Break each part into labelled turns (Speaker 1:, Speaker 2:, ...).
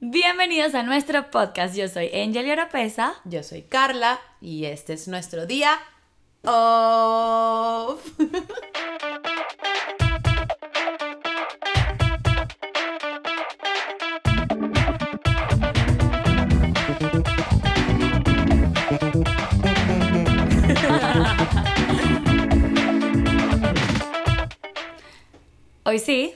Speaker 1: Bienvenidos a nuestro podcast. Yo soy Angel Oropesa.
Speaker 2: Yo soy Carla y este es nuestro día off.
Speaker 1: Hoy sí.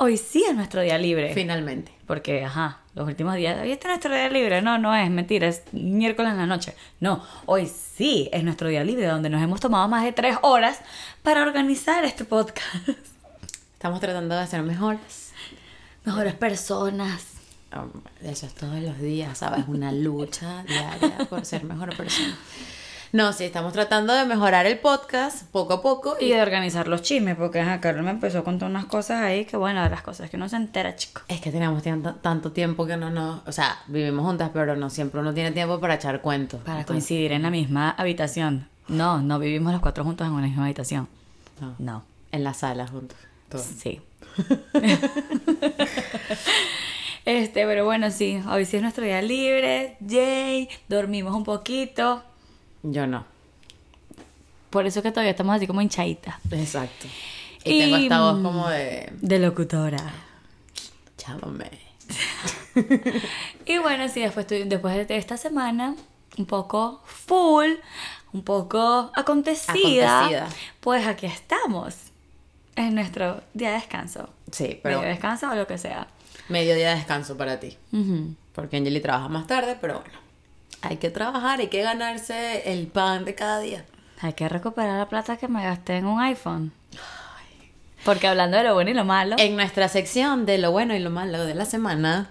Speaker 1: Hoy sí es nuestro día libre.
Speaker 2: Finalmente.
Speaker 1: Porque, ajá, los últimos días. Hoy está nuestro día libre. No, no es mentira. Es miércoles en la noche. No, hoy sí es nuestro día libre, donde nos hemos tomado más de tres horas para organizar este podcast.
Speaker 2: Estamos tratando de ser mejores.
Speaker 1: Mejores personas.
Speaker 2: Um, Eso es todos los días, ¿sabes? Una lucha diaria por ser mejor persona. No, sí, estamos tratando de mejorar el podcast poco a poco.
Speaker 1: Y de organizar los chismes, porque ajá, Carol me empezó a contar unas cosas ahí que, bueno, de las cosas que uno se entera, chico.
Speaker 2: Es que tenemos tanto, tanto tiempo que no nos... O sea, vivimos juntas, pero no siempre uno tiene tiempo para echar cuentos.
Speaker 1: Para
Speaker 2: Entonces,
Speaker 1: coincidir en la misma habitación. No, no vivimos los cuatro juntos en una misma habitación.
Speaker 2: no,
Speaker 1: No.
Speaker 2: en la sala juntos. todo.
Speaker 1: Sí. este, pero bueno, sí, hoy sí es nuestro día libre, yay, dormimos un poquito,
Speaker 2: Yo no.
Speaker 1: por eso que todavía estamos así como hinchaditas.
Speaker 2: Exacto. Y, tengo esta voz como de...
Speaker 1: De locutora.
Speaker 2: Chámame.
Speaker 1: Y bueno, sí, después, tu- después de esta semana, un poco full, un poco acontecida,
Speaker 2: Acontecida.
Speaker 1: pues aquí estamos, en nuestro día de descanso.
Speaker 2: Sí, pero
Speaker 1: Medio descanso o lo que sea.
Speaker 2: medio día de descanso para ti.
Speaker 1: Ujú.
Speaker 2: Porque Angeli trabaja más tarde, pero bueno. Hay que trabajar, hay que ganarse el pan de cada día.
Speaker 1: Hay que recuperar la plata que me gasté en un iPhone. Porque hablando de lo bueno y lo malo,
Speaker 2: En nuestra sección de lo bueno y lo malo de la semana,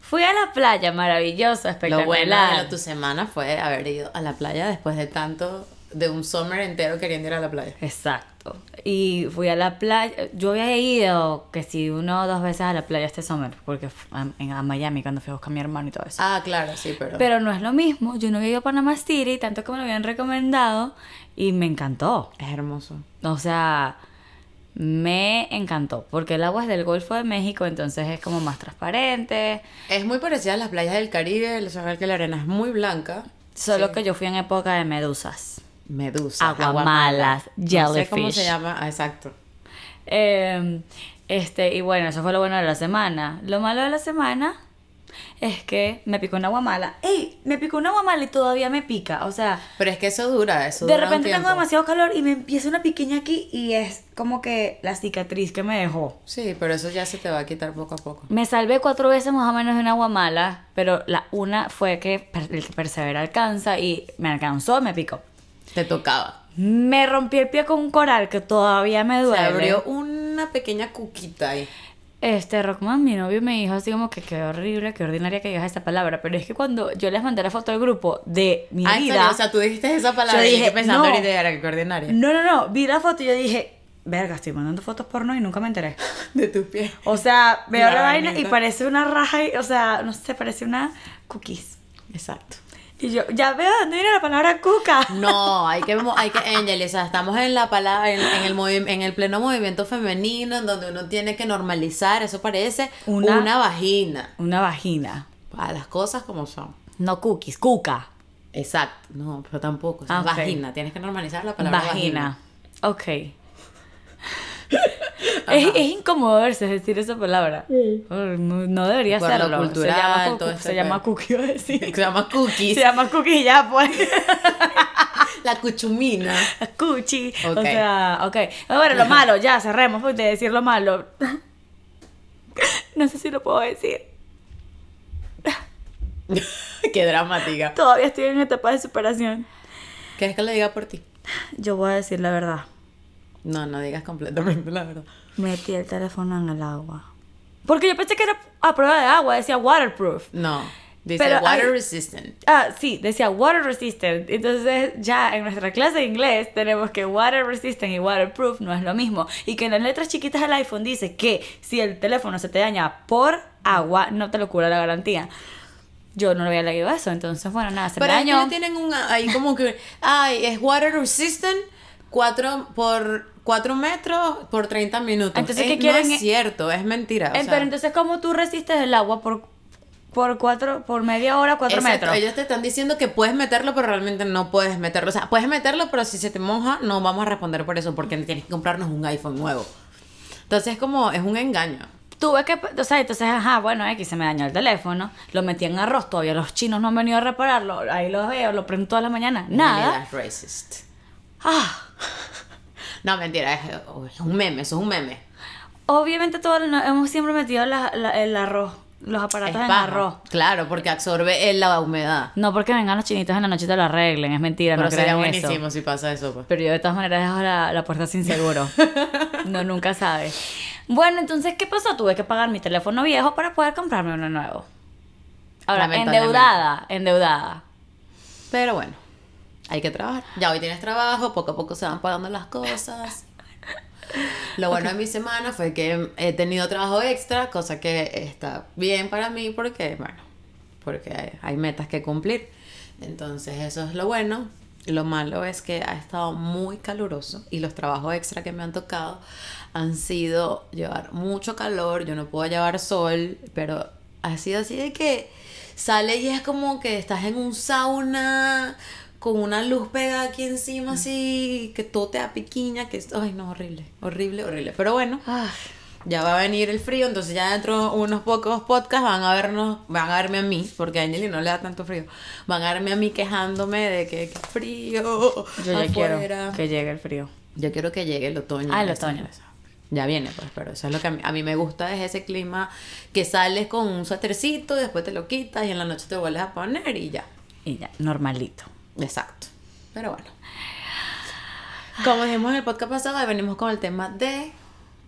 Speaker 1: fui a la playa, maravilloso,
Speaker 2: lo bueno
Speaker 1: espectacular.
Speaker 2: de tu semana fue haber ido a la playa después de tanto, de un summer entero queriendo ir a la playa.
Speaker 1: Exacto. Y fui a la playa, yo había ido, que si uno o dos veces a la playa este summer, porque f- a, en- a Miami cuando fui a buscar a mi hermano y todo eso.
Speaker 2: Ah, claro, sí, pero.
Speaker 1: Pero no es lo mismo, yo no había ido a Panama City, tanto que me lo habían recomendado, y me encantó.
Speaker 2: es hermoso.
Speaker 1: O sea, me encantó, porque el agua es del Golfo de México, entonces es como más transparente,
Speaker 2: Es muy parecida a las playas del Caribe, el saber que la arena es muy blanca.
Speaker 1: Solo que yo fui en época de medusas.
Speaker 2: Medusa,
Speaker 1: Aguamalas,
Speaker 2: No sé cómo se
Speaker 1: jellyfish.
Speaker 2: llama, ah, exacto.
Speaker 1: Eh, este, y bueno, eso fue lo bueno de la semana. Lo malo de la semana es que me picó una guamala. ¡Ey! Me picó una guamala y todavía me pica. O sea,
Speaker 2: Pero es que eso dura, eso
Speaker 1: de
Speaker 2: dura un
Speaker 1: repente tengo
Speaker 2: tiempo.
Speaker 1: demasiado calor y me empieza una piquiña aquí y es como que la cicatriz que me dejó.
Speaker 2: Sí, pero eso ya se te va a quitar poco a poco.
Speaker 1: Me salvé cuatro veces más o menos de una guamala, pero la una fue que per- el que persevera alcanza y me alcanzó, me picó.
Speaker 2: Te tocaba.
Speaker 1: Me rompí el pie con un coral que todavía me
Speaker 2: Se
Speaker 1: duele.
Speaker 2: abrió una pequeña cuquita ahí.
Speaker 1: Este, Rockman, mi novio me dijo así como que qué horrible, qué ordinaria que digas esa palabra, pero es que cuando yo les mandé la foto al grupo de mi
Speaker 2: Ah, ¿en serio?
Speaker 1: vida,
Speaker 2: O sea, tú dijiste esa palabra
Speaker 1: Yo
Speaker 2: y
Speaker 1: dije,
Speaker 2: yo pensando
Speaker 1: no.
Speaker 2: ahorita era que ordinaria.
Speaker 1: no, no, no, vi la foto y yo dije, verga, estoy mandando fotos porno y nunca me enteré.
Speaker 2: De tus pies.
Speaker 1: O sea, veo la,
Speaker 2: La
Speaker 1: vaina y
Speaker 2: vainita.
Speaker 1: parece una raja, y- o sea, no sé, parece una cookies.
Speaker 2: Exacto.
Speaker 1: Y yo, ya veo de dónde viene la palabra cuca.
Speaker 2: No, hay que, mo- hay que, Angel, o sea, estamos en la palabra, en, en el movi- en el pleno movimiento femenino, en donde uno tiene que normalizar, eso parece
Speaker 1: Una-
Speaker 2: una, vagina.
Speaker 1: Una vagina,
Speaker 2: A las cosas como son.
Speaker 1: no cookies, cuca.
Speaker 2: Exacto. No, pero tampoco. o sea,
Speaker 1: Ah, ok.
Speaker 2: Vagina, tienes que normalizar la palabra
Speaker 1: vagina.
Speaker 2: vagina.
Speaker 1: Ok. es, es incómodo verse decir esa palabra. Por- No debería
Speaker 2: Por lo
Speaker 1: serlo.
Speaker 2: cultural,
Speaker 1: se llama, cucu-
Speaker 2: todo pues. ese
Speaker 1: se llama
Speaker 2: pedo.
Speaker 1: cookie, iba a decir.
Speaker 2: Se llama
Speaker 1: Se
Speaker 2: cookies.
Speaker 1: llama cookie y ya, pues.
Speaker 2: La cuchumina.
Speaker 1: Cuchi. O
Speaker 2: Ok.
Speaker 1: sea, ok. Ah, Bueno, lo malo, ya cerremos pues, de decir lo malo. No sé si lo puedo decir.
Speaker 2: Qué dramática.
Speaker 1: Todavía estoy en etapa de superación.
Speaker 2: ¿Quieres que lo diga por ti?
Speaker 1: Yo voy a decir la verdad.
Speaker 2: No, no digas completamente la verdad.
Speaker 1: Metí el teléfono en el agua. Porque yo pensé que era a prueba de agua, decía waterproof.
Speaker 2: No. Dice
Speaker 1: Pero
Speaker 2: water
Speaker 1: hay-
Speaker 2: resistant.
Speaker 1: Ah, sí, decía water resistant. Entonces, ya en nuestra clase de inglés tenemos que water resistant y waterproof no es lo mismo. Y que en las letras chiquitas del iPhone dice que si el teléfono se te daña por agua, no te lo cura la garantía. Yo no lo había leído eso, entonces, bueno, nada, se
Speaker 2: Pero
Speaker 1: me
Speaker 2: es que
Speaker 1: dañó.
Speaker 2: no tienen un ahí como que ay, es water resistant 4 por 4 metros por 30 minutos.
Speaker 1: Entonces,
Speaker 2: Es-
Speaker 1: ¿qué quieren? e-?
Speaker 2: No es cierto, es mentira. o
Speaker 1: Eh,
Speaker 2: sea,
Speaker 1: pero entonces, ¿cómo tú resistes el agua por, por cuatro, por media hora, cuatro
Speaker 2: Exacto,
Speaker 1: metros.
Speaker 2: Ellos te están diciendo que puedes meterlo, pero realmente no puedes meterlo. O sea, puedes meterlo, pero si se te moja, no vamos a responder por eso, porque tienes que comprarnos un iPhone nuevo. Entonces, es como, es un engaño.
Speaker 1: Tuve que, o sea, entonces, ajá, bueno, X se me dañó el teléfono, lo metí en arroz, todavía los chinos no han venido a repararlo, ahí los veo, lo prendo todas las mañanas, nada.
Speaker 2: Monedas racist.
Speaker 1: Ah,
Speaker 2: No, mentira, es, es un meme, eso es un meme.
Speaker 1: obviamente todos nos hemos siempre metido la- la- el arroz, los aparatos
Speaker 2: es
Speaker 1: en
Speaker 2: paja.
Speaker 1: arroz.
Speaker 2: Claro, porque absorbe eh, la humedad.
Speaker 1: No porque vengan los chinitos en la noche y te lo arreglen, es mentira,
Speaker 2: Pero
Speaker 1: no
Speaker 2: sería
Speaker 1: crean
Speaker 2: buenísimo
Speaker 1: eso.
Speaker 2: si pasa eso. pues.
Speaker 1: Pero yo de todas maneras dejo la, la puerta sin seguro. no, nunca sabes. Bueno, entonces, ¿qué pasó? Tuve que pagar mi teléfono viejo para poder comprarme uno nuevo. Ahora,
Speaker 2: Lamentablemente.
Speaker 1: endeudada, endeudada.
Speaker 2: Pero bueno, hay que trabajar. Ya hoy tienes trabajo, poco a poco se van pagando las cosas. Lo bueno de mi semana fue que he tenido trabajo extra, cosa que está bien para mí porque, bueno, porque hay, hay metas que cumplir. Entonces eso es lo bueno. Lo malo es que ha estado muy caluroso y los trabajos extra que me han tocado han sido llevar mucho calor, yo no puedo llevar sol, pero ha sido así de que sale y es como que estás en un sauna con una luz pegada aquí encima
Speaker 1: Ah.
Speaker 2: así, que todo te da piquiña, que es, ay no, horrible, horrible, horrible. Pero bueno,
Speaker 1: Ah.
Speaker 2: ya va a venir el frío, entonces ya dentro de unos pocos podcasts van a vernos, van a verme a mí, porque a Angeli no le da tanto frío, van a verme a mí quejándome de que, que frío
Speaker 1: Yo ya
Speaker 2: afuera.
Speaker 1: quiero que llegue el frío.
Speaker 2: Yo quiero que llegue el otoño.
Speaker 1: Ah, el
Speaker 2: Eso,
Speaker 1: otoño.
Speaker 2: eso. Ya viene, pues, pero eso es lo que a mí, a mí me gusta, es ese clima que sales con un suétercito, después te lo quitas y en la noche te vuelves a poner y ya.
Speaker 1: Y ya, normalito.
Speaker 2: Exacto. Pero bueno. Como dijimos en el podcast pasado, hoy venimos con el tema de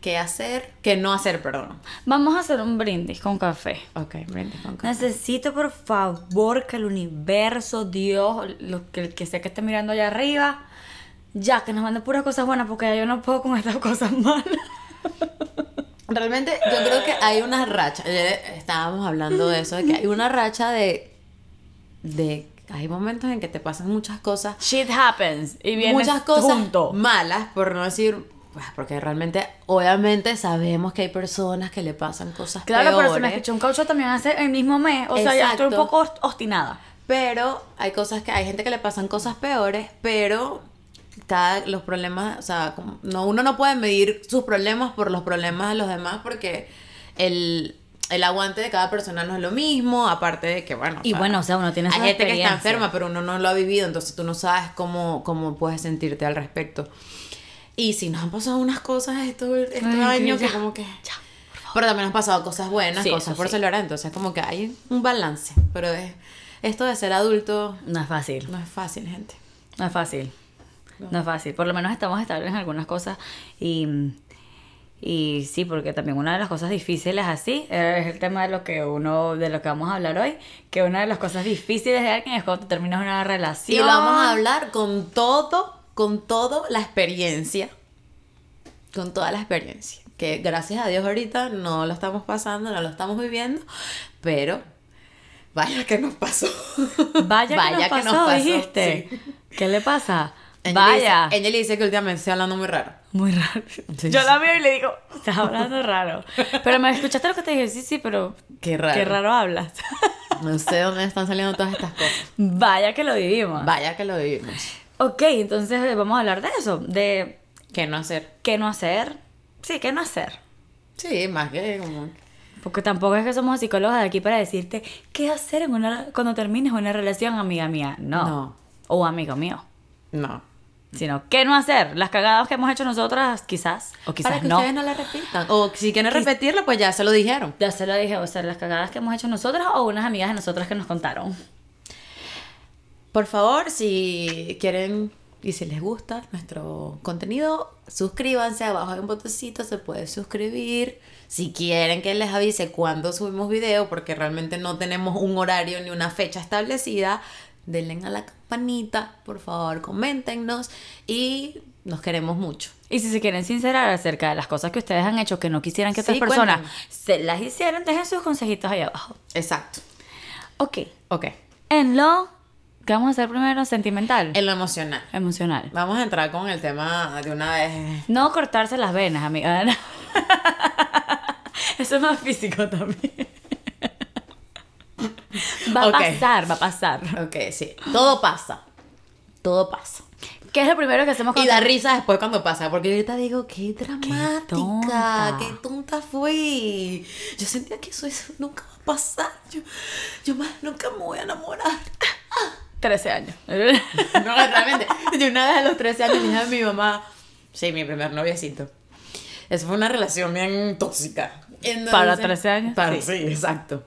Speaker 2: qué hacer, qué no hacer, perdón.
Speaker 1: Vamos a hacer un brindis con café.
Speaker 2: Ok, brindis con café.
Speaker 1: Necesito por favor que el universo, Dios, lo que, el que sea que esté mirando allá arriba, ya que nos mande puras cosas buenas porque ya yo no puedo con estas cosas malas.
Speaker 2: Realmente yo creo que hay una racha. Ayer estábamos hablando de eso, de que hay una racha de... de hay momentos en que te pasan muchas cosas
Speaker 1: Shit happens y viene
Speaker 2: muchas cosas
Speaker 1: junto.
Speaker 2: malas, por no decir, pues, porque realmente, obviamente sabemos que hay personas que le pasan cosas
Speaker 1: Claro, pero se me
Speaker 2: peores,
Speaker 1: escuchó un caucho también hace el mismo mes. O sea, ya estoy un
Speaker 2: Exacto.
Speaker 1: poco host- obstinada.
Speaker 2: pero hay cosas que hay gente que le pasan cosas peores, pero cada los problemas, o sea, como- no uno no puede medir sus problemas por los problemas de los demás porque el el aguante de cada persona no es lo mismo, aparte de que bueno, o
Speaker 1: Y
Speaker 2: sea,
Speaker 1: bueno, o sea, uno tiene
Speaker 2: hay
Speaker 1: sus
Speaker 2: gente que está
Speaker 1: experiencias.
Speaker 2: enferma, pero uno no lo ha vivido, entonces tú no sabes cómo, cómo puedes sentirte al respecto. Y si nos han pasado unas cosas estos, estos
Speaker 1: Ay,
Speaker 2: años
Speaker 1: ya,
Speaker 2: este que como que... Pero también han pasado cosas buenas,
Speaker 1: Sí,
Speaker 2: cosas
Speaker 1: eso
Speaker 2: por
Speaker 1: sí.
Speaker 2: celebrar, entonces como que hay un balance. Pero es- esto de ser adulto
Speaker 1: No es fácil.
Speaker 2: no es fácil, gente.
Speaker 1: No es fácil. No es fácil. Por lo menos estamos estables en algunas cosas. Y, y sí, porque también una de las cosas difíciles así eh, es el tema de lo que uno, de lo que vamos a hablar hoy, que una de las cosas difíciles de alguien es cuando tú terminas una relación.
Speaker 2: Y lo vamos a hablar con todo, con todo la experiencia. Con toda la experiencia. Que gracias a Dios ahorita no lo estamos pasando, no lo estamos viviendo, pero vaya que nos pasó.
Speaker 1: Vaya, que nos pasó, dijiste.
Speaker 2: sí.
Speaker 1: ¿Qué le pasa?
Speaker 2: Angeli
Speaker 1: Vaya.
Speaker 2: Dice, Angeli dice que últimamente estoy hablando muy raro.
Speaker 1: Muy raro.
Speaker 2: Sí,
Speaker 1: Yo
Speaker 2: sí.
Speaker 1: la veo y le digo, estás hablando raro. Pero me escuchaste lo que te dije, sí, sí, pero
Speaker 2: Qué raro.
Speaker 1: qué raro hablas.
Speaker 2: No sé dónde están saliendo todas estas cosas.
Speaker 1: Vaya que lo vivimos.
Speaker 2: Vaya que lo vivimos.
Speaker 1: Ok, entonces eh, vamos a hablar de eso, de
Speaker 2: ¿Qué no hacer?
Speaker 1: qué no hacer. Sí, qué no hacer.
Speaker 2: Sí, más que como...
Speaker 1: Porque tampoco es que somos psicólogas de aquí para decirte qué hacer en una, cuando termines una relación, amiga mía. No.
Speaker 2: No.
Speaker 1: O amigo mío.
Speaker 2: No.
Speaker 1: Sino qué no hacer. Las cagadas que hemos hecho nosotras, quizás. O
Speaker 2: Para
Speaker 1: quizás
Speaker 2: que
Speaker 1: no.
Speaker 2: ustedes no la repitan. O si quieren repetirlo, pues ya se lo dijeron.
Speaker 1: Ya se lo dije, o sea, las cagadas que hemos hecho nosotras o unas amigas de nosotras que nos contaron.
Speaker 2: Por favor, si quieren y si les gusta nuestro contenido, suscríbanse. Abajo hay un botoncito, se puede suscribir. Si quieren que les avise cuando subimos video, porque realmente no tenemos un horario ni una fecha establecida, denle a la campanita, por favor, coméntenos y nos queremos mucho.
Speaker 1: Y si se quieren sincerar acerca de las cosas que ustedes han hecho que no quisieran que otras
Speaker 2: Sí,
Speaker 1: personas
Speaker 2: cuéntenos.
Speaker 1: se las hicieran, dejen sus consejitos ahí abajo.
Speaker 2: Exacto.
Speaker 1: Ok.
Speaker 2: Ok.
Speaker 1: En lo que vamos a hacer primero sentimental,
Speaker 2: En lo emocional.
Speaker 1: emocional.
Speaker 2: Vamos a entrar con el tema de una vez.
Speaker 1: No cortarse las venas, amiga. No. Eso es más físico también. Va
Speaker 2: Ok.
Speaker 1: a pasar, va a pasar.
Speaker 2: Ok, sí. Todo pasa. Todo pasa.
Speaker 1: ¿Qué es lo primero que hacemos
Speaker 2: Y
Speaker 1: cuando
Speaker 2: da risa después cuando pasa, porque yo ahorita digo, qué dramática, qué
Speaker 1: tonta.
Speaker 2: tonta, fui. Yo sentía que eso, eso nunca va a pasar. Yo, yo más nunca me voy a enamorar.
Speaker 1: 13 años.
Speaker 2: No, realmente. Yo una vez a los 13 años le dije a mi mamá, sí, mi primer noviecito. Eso fue una relación bien tóxica. Entonces-
Speaker 1: ¿Para 13 años?
Speaker 2: Para,
Speaker 1: Sí.
Speaker 2: sí. exacto.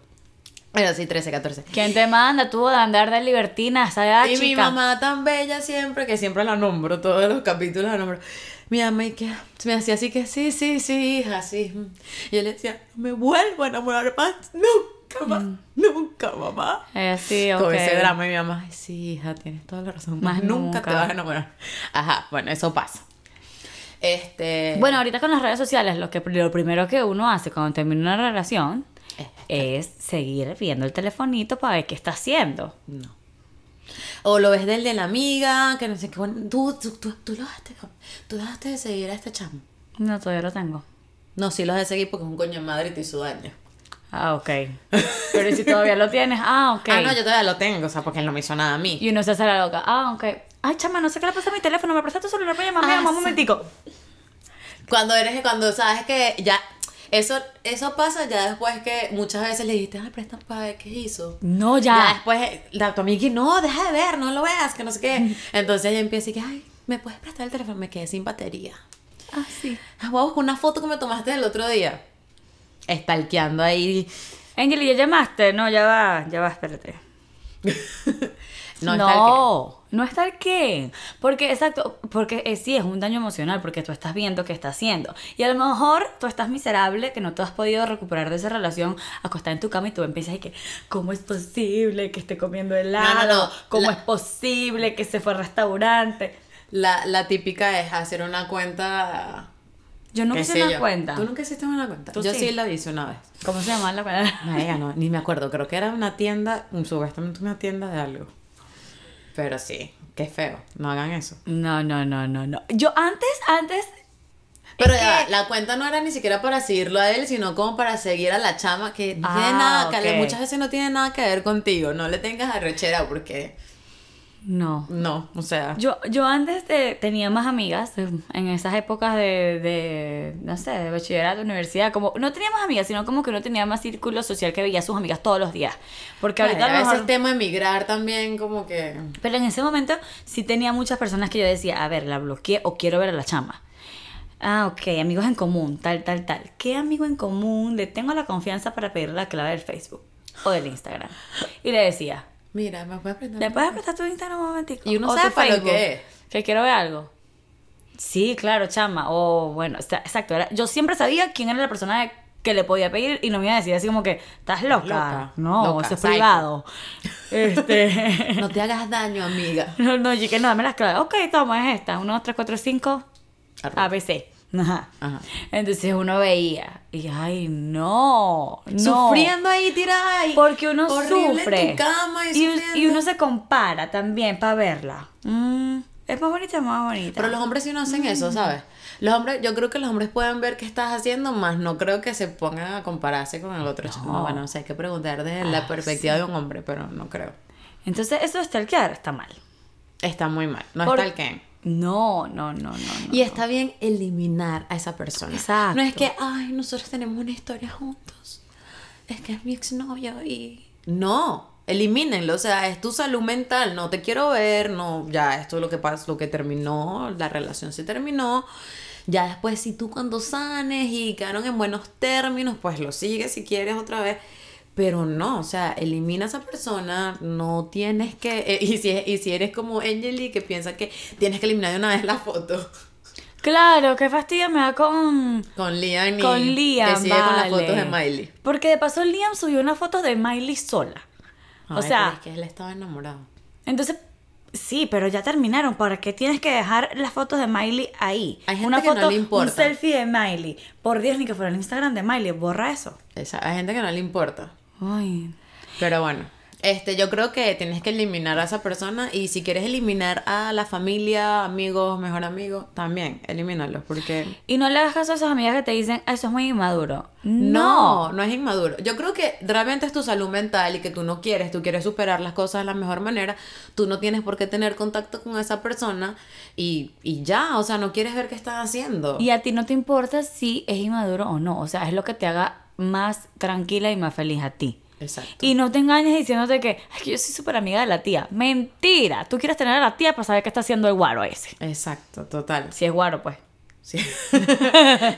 Speaker 2: Bueno, sí, 13, 14.
Speaker 1: ¿Quién te manda tú de andar de libertina a esa edad,
Speaker 2: y
Speaker 1: Ah, chica?
Speaker 2: mi mamá tan bella siempre, que siempre la nombro, todos los capítulos la nombro. Mi mamá y que me hacía así que sí, sí, sí, hija, sí. Y yo le decía, no me vuelvo a enamorar más, nunca más, nunca, mamá.
Speaker 1: Eh, sí, Mm. ok.
Speaker 2: Con ese drama y mi mamá, "Ay, sí, hija, tienes toda la razón.
Speaker 1: Más
Speaker 2: Más nunca, te
Speaker 1: nunca.
Speaker 2: vas a enamorar. Ajá, bueno, eso pasa. Este.
Speaker 1: Bueno, ahorita con las redes sociales, lo, que, lo primero que uno hace cuando termina una relación
Speaker 2: Eh,
Speaker 1: es seguir viendo el telefonito para ver qué está haciendo.
Speaker 2: No. O lo ves del de la amiga, que no sé qué. bueno, Tú, tú, tú, tú lo dejaste, tú dejaste de seguir a este chamo.
Speaker 1: No, todavía lo tengo.
Speaker 2: No, sí los de seguir porque es un coño de madre y te hizo daño.
Speaker 1: Ah, ok. Pero ¿y si todavía lo tienes, ah, ok.
Speaker 2: Ah, no, yo todavía lo tengo, o sea, porque él no me hizo nada a mí.
Speaker 1: Y uno se hace la loca, ah, ok. Ay, chama, no sé qué le pasa a mi teléfono, me prestaste tu celular para llamarme,
Speaker 2: Ah,
Speaker 1: mamá, un
Speaker 2: sí.
Speaker 1: momentico.
Speaker 2: Cuando eres, cuando sabes que ya, eso, eso pasa ya después que muchas veces le dijiste, ay, prestan para ver qué hizo.
Speaker 1: No,
Speaker 2: Ya,
Speaker 1: ya.
Speaker 2: después, eh, la, tu amiga, no, deja de ver, no lo veas, que no sé qué. Entonces ella empieza y que, ay, ¿me puedes prestar el teléfono? Me quedé sin batería.
Speaker 1: Ah, sí.
Speaker 2: Ah, Voy a buscar una foto que me tomaste el otro día. Estalqueando ahí.
Speaker 1: Angel, ¿y ¿ya llamaste? No, ya va, ya va, espérate.
Speaker 2: No, estalqueando.
Speaker 1: no, no estar qué. Porque, exacto, porque eh, sí es un daño emocional, porque tú estás viendo qué está haciendo. Y a lo mejor tú estás miserable, que no te has podido recuperar de esa relación, acostada en tu cama y tú empiezas y que, ¿cómo es posible que esté comiendo helado?
Speaker 2: no.
Speaker 1: ¿Cómo
Speaker 2: La-
Speaker 1: es posible que se fue al restaurante?
Speaker 2: La, la típica es hacer una cuenta.
Speaker 1: Yo nunca
Speaker 2: qué
Speaker 1: hice
Speaker 2: sé
Speaker 1: una
Speaker 2: yo.
Speaker 1: cuenta.
Speaker 2: ¿Tú nunca hiciste una cuenta?
Speaker 1: Tú
Speaker 2: Yo
Speaker 1: sí.
Speaker 2: sí la hice una vez.
Speaker 1: ¿Cómo se llama la cuenta?
Speaker 2: Marica, no, ni me acuerdo. Creo que era una tienda, un- supuestamente una tienda de algo. Pero sí, qué feo. No hagan eso.
Speaker 1: No, no, no, no, no. Yo antes, antes.
Speaker 2: Pero
Speaker 1: es
Speaker 2: ya,
Speaker 1: que-
Speaker 2: la cuenta no era ni siquiera para seguirlo a él, sino como para seguir a la chama que no
Speaker 1: Ah,
Speaker 2: tiene nada, que
Speaker 1: ok.
Speaker 2: muchas veces no tiene nada que ver contigo. No le tengas arrechera porque
Speaker 1: No.
Speaker 2: no, o sea.
Speaker 1: Yo, yo antes eh, tenía más amigas eh, en esas épocas de, de, no sé, de bachillerato, universidad, como, no tenía más amigas, sino como que no tenía más círculo social que veía a sus amigas todos los días. Porque ahorita
Speaker 2: Bueno,
Speaker 1: a
Speaker 2: a
Speaker 1: lo
Speaker 2: veces
Speaker 1: mejor-
Speaker 2: tema emigrar también como que
Speaker 1: Pero en ese momento sí tenía muchas personas que yo decía, a ver, la bloqueé o quiero ver a la chama. Ah, ok, amigos en común, tal, tal, tal. ¿Qué amigo en común le tengo la confianza para pedirle la clave del Facebook o del Instagram? Y le decía,
Speaker 2: mira me puedes aprender
Speaker 1: ¿Le puedes prestar tu Instagram un momentico?
Speaker 2: Y uno
Speaker 1: O tu
Speaker 2: sabe para lo
Speaker 1: Facebook,
Speaker 2: que es.
Speaker 1: Que quiero ver algo. Sí, claro, chama. O bueno, o sea, exacto. era- yo siempre sabía quién era la persona que le podía pedir y no me iba a decir así como que, estás loca.
Speaker 2: Loca,
Speaker 1: No,
Speaker 2: loca,
Speaker 1: eso es
Speaker 2: psycho.
Speaker 1: privado. Este.
Speaker 2: no te hagas daño amiga
Speaker 1: no, no, yo que no, dame las claves. Ok, toma, es esta. 1, 2, 3, 4, 5.
Speaker 2: Arroba. Ah.
Speaker 1: ABC. Ajá.
Speaker 2: Ajá.
Speaker 1: Entonces uno veía. Y ay, no. no.
Speaker 2: sufriendo ahí tirada ahí,
Speaker 1: Porque uno
Speaker 2: horrible
Speaker 1: sufre.
Speaker 2: en tu cama y,
Speaker 1: y, un-
Speaker 2: sufriendo.
Speaker 1: y uno se compara también para verla. Mm, es más bonita, es más bonita.
Speaker 2: pero los hombres sí no hacen eso sabes los hombres yo creo que los hombres pueden ver qué estás haciendo más no creo que se pongan a compararse con el otro no. bueno no sé hay que preguntar desde la perspectiva de un hombre pero no creo
Speaker 1: Entonces, eso de stalkear está mal.
Speaker 2: está muy mal no
Speaker 1: Por-
Speaker 2: está el que
Speaker 1: No, no, no, no. no.
Speaker 2: y está bien eliminar a esa persona.
Speaker 1: Exacto.
Speaker 2: No es que, ay, nosotros tenemos una historia juntos. Es que es mi exnovio y. No, elimínenlo. O sea, es tu salud mental. No te quiero ver. No, ya, esto es lo que pasó, lo que terminó. La relación se terminó. Ya después, si tú cuando sanes y quedaron en buenos términos, pues lo sigues si quieres otra vez. Pero no, o sea, elimina a esa persona, no tienes que... eh, y, si, y si eres como Angeli que piensa que tienes que eliminar de una vez la foto.
Speaker 1: Claro, qué fastidio me da con.
Speaker 2: Con Liam y
Speaker 1: Con Liam.
Speaker 2: que sigue con
Speaker 1: vale.
Speaker 2: las fotos de Miley.
Speaker 1: Porque de paso, Liam subió una foto de Miley sola. o
Speaker 2: Ay, pero
Speaker 1: sea,
Speaker 2: es que él estaba enamorado.
Speaker 1: entonces. Sí, pero ya terminaron. ¿Para qué tienes que dejar las fotos de Miley ahí?
Speaker 2: Hay gente
Speaker 1: una
Speaker 2: que no
Speaker 1: foto,
Speaker 2: le
Speaker 1: un
Speaker 2: importa.
Speaker 1: selfie de Miley. Por Dios, ni que fuera el Instagram de Miley. Borra eso.
Speaker 2: Esa, hay gente que no le importa.
Speaker 1: Ay,
Speaker 2: Pero bueno, Este, yo creo que tienes que eliminar a esa persona y si quieres eliminar a la familia, amigos, mejor amigo, también elimínalos porque
Speaker 1: Y no le hagas caso a esas amigas que te dicen, "Ah, eso es muy inmaduro. No.
Speaker 2: no, no es inmaduro. Yo creo que realmente es tu salud mental y que tú no quieres, tú quieres superar las cosas de la mejor manera, tú no tienes por qué tener contacto con esa persona y, y ya, o sea, no quieres ver qué están haciendo.
Speaker 1: Y a ti no te importa si es inmaduro o no. O sea, es lo que te haga más tranquila y más feliz a ti.
Speaker 2: Exacto.
Speaker 1: Y no te engañes diciéndote que, "Ay, que yo soy súper amiga de la tía. Mentira. Tú quieres tener a la tía para saber qué está haciendo el guaro ese.
Speaker 2: Exacto, total.
Speaker 1: Si es guaro, pues.
Speaker 2: Sí.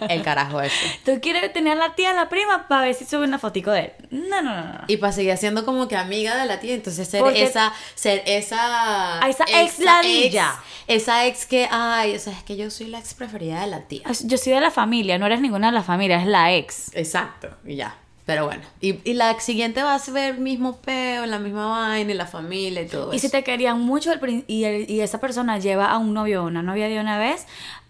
Speaker 2: El carajo ese.
Speaker 1: Tú quieres tener a la tía, a la prima, para ver si sube una fotico de él. No, no, no, no.
Speaker 2: Y para seguir siendo como que amiga de la tía, entonces ser
Speaker 1: Porque-
Speaker 2: esa, ser esa,
Speaker 1: A esa ex ladilla.
Speaker 2: ex- esa ex que, ay, o sea, es que yo soy la ex preferida de la tía.
Speaker 1: Ay, Yo soy de la familia, no eres ninguna de la familia, es la ex.
Speaker 2: Exacto, y ya. Pero bueno, y, y la siguiente va a ser el mismo peo, la misma vaina, y la familia y todo
Speaker 1: Y
Speaker 2: eso.
Speaker 1: si te querían mucho al prin- y, el- y esa persona lleva a un novio o una novia de una vez,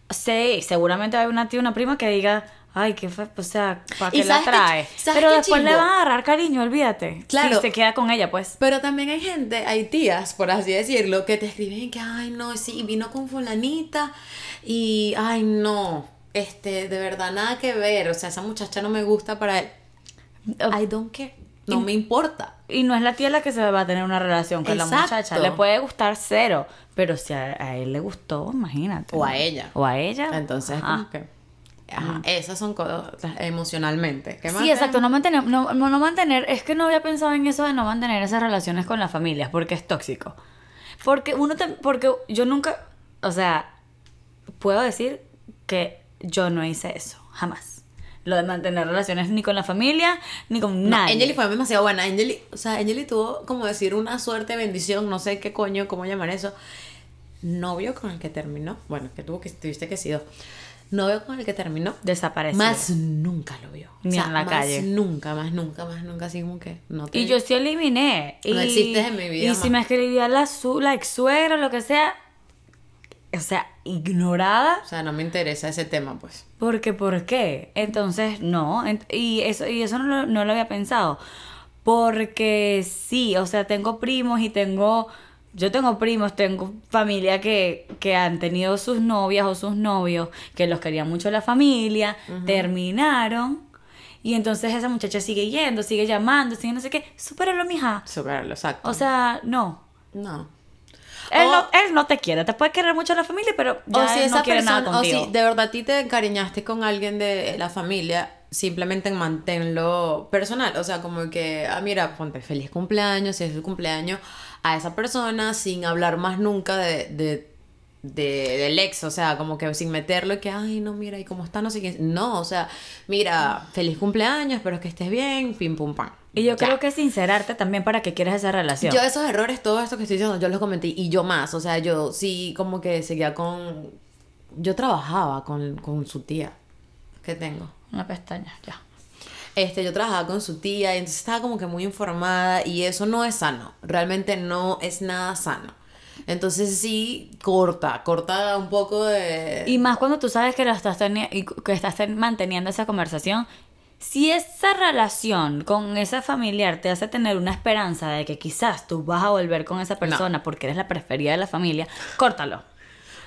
Speaker 1: sí, seguramente hay una tía o una prima que diga, ay, qué fe, o sea, ¿para
Speaker 2: ¿Y
Speaker 1: qué la
Speaker 2: sabes qué
Speaker 1: trae?
Speaker 2: ch- sabes
Speaker 1: Pero
Speaker 2: qué
Speaker 1: después le
Speaker 2: chimbo?
Speaker 1: van a agarrar cariño, olvídate.
Speaker 2: Claro.
Speaker 1: Si se queda con ella, pues.
Speaker 2: Pero también hay gente, hay tías, por así decirlo, que te escriben que, ay, no, sí, vino con fulanita y, ay, no, este, de verdad, nada que ver, o sea, esa muchacha no me gusta para él. I don't care, no me importa.
Speaker 1: Y no es la tía la que se va a tener una relación con la
Speaker 2: Exacto.
Speaker 1: muchacha. Le puede gustar cero, pero si a, a él le gustó, imagínate.
Speaker 2: O a ella.
Speaker 1: O a ella.
Speaker 2: Entonces,
Speaker 1: ajá.
Speaker 2: como que, ajá, esas son cosas emocionalmente. ¿Qué más
Speaker 1: Sí, exacto,
Speaker 2: tenemos?
Speaker 1: no mantener, no, no mantener, es que no había pensado en eso de no mantener esas relaciones con las familias, porque es tóxico. Porque uno te- porque yo nunca, o sea, puedo decir que yo no hice eso, jamás. Lo de mantener relaciones ni con la familia, ni con
Speaker 2: No,
Speaker 1: nadie.
Speaker 2: Angeli fue demasiado buena. Angeli, o sea, Angeli tuvo, como decir, una suerte, bendición, no sé qué coño, cómo llamar eso. Novio con el que terminó. Bueno, que tuvo que, tuviste que sido. Novio con el que terminó.
Speaker 1: desapareció.
Speaker 2: Más nunca lo vio.
Speaker 1: Ni en la
Speaker 2: más
Speaker 1: calle.
Speaker 2: Nunca, más nunca, más nunca, así como que no te.
Speaker 1: Y yo sí eliminé. Y,
Speaker 2: No existes en mi vida
Speaker 1: Y si
Speaker 2: más.
Speaker 1: me escribía la, su, la ex suegra, lo que sea, o sea, ignorada,
Speaker 2: O sea, no me interesa ese tema, pues.
Speaker 1: Porque, ¿por qué? Entonces, no. ent- y eso, y eso no, lo, no lo había pensado. Porque sí, o sea, tengo primos y tengo. Yo tengo primos, tengo familia que, que han tenido sus novias o sus novios, que los quería mucho la familia, terminaron. Y entonces esa muchacha sigue yendo, sigue llamando, sigue no sé qué. Supéralo, mija.
Speaker 2: Superarlo, exacto.
Speaker 1: O sea, no.
Speaker 2: no.
Speaker 1: Él,
Speaker 2: O-
Speaker 1: no. él no te quiere. Te puede querer mucho la familia, pero ya
Speaker 2: o si
Speaker 1: él
Speaker 2: esa
Speaker 1: no quiere
Speaker 2: persona,
Speaker 1: nada
Speaker 2: o si
Speaker 1: contigo.
Speaker 2: de verdad a ti te encariñaste con alguien de la familia, simplemente manténlo personal. O sea, como que, ah, mira, ponte feliz cumpleaños, si es el cumpleaños, a esa persona sin hablar más nunca de, de, de- del ex. O sea, como que sin meterlo y que, ay, no, mira, ¿y cómo está? No sé qué. No, o sea, mira, feliz cumpleaños, espero que estés bien, pim, pum, pam.
Speaker 1: Y yo
Speaker 2: Ya.
Speaker 1: creo que sincerarte también para que quieras esa relación.
Speaker 2: Yo esos errores, todo esto que estoy diciendo, yo los cometí y yo más. O sea, yo sí como que seguía con... Yo trabajaba con, con su tía que tengo.
Speaker 1: Una pestaña, ya.
Speaker 2: Este, yo trabajaba con su tía y entonces estaba como que muy informada y eso no es sano. Realmente no es nada sano. Entonces sí, corta, corta un poco de...
Speaker 1: Y más cuando tú sabes que lo estás teni- y cu- que estás ten- manteniendo esa conversación. Si esa relación con esa familiar te hace tener una esperanza de que quizás tú vas a volver con esa persona porque eres la preferida de la familia, córtalo.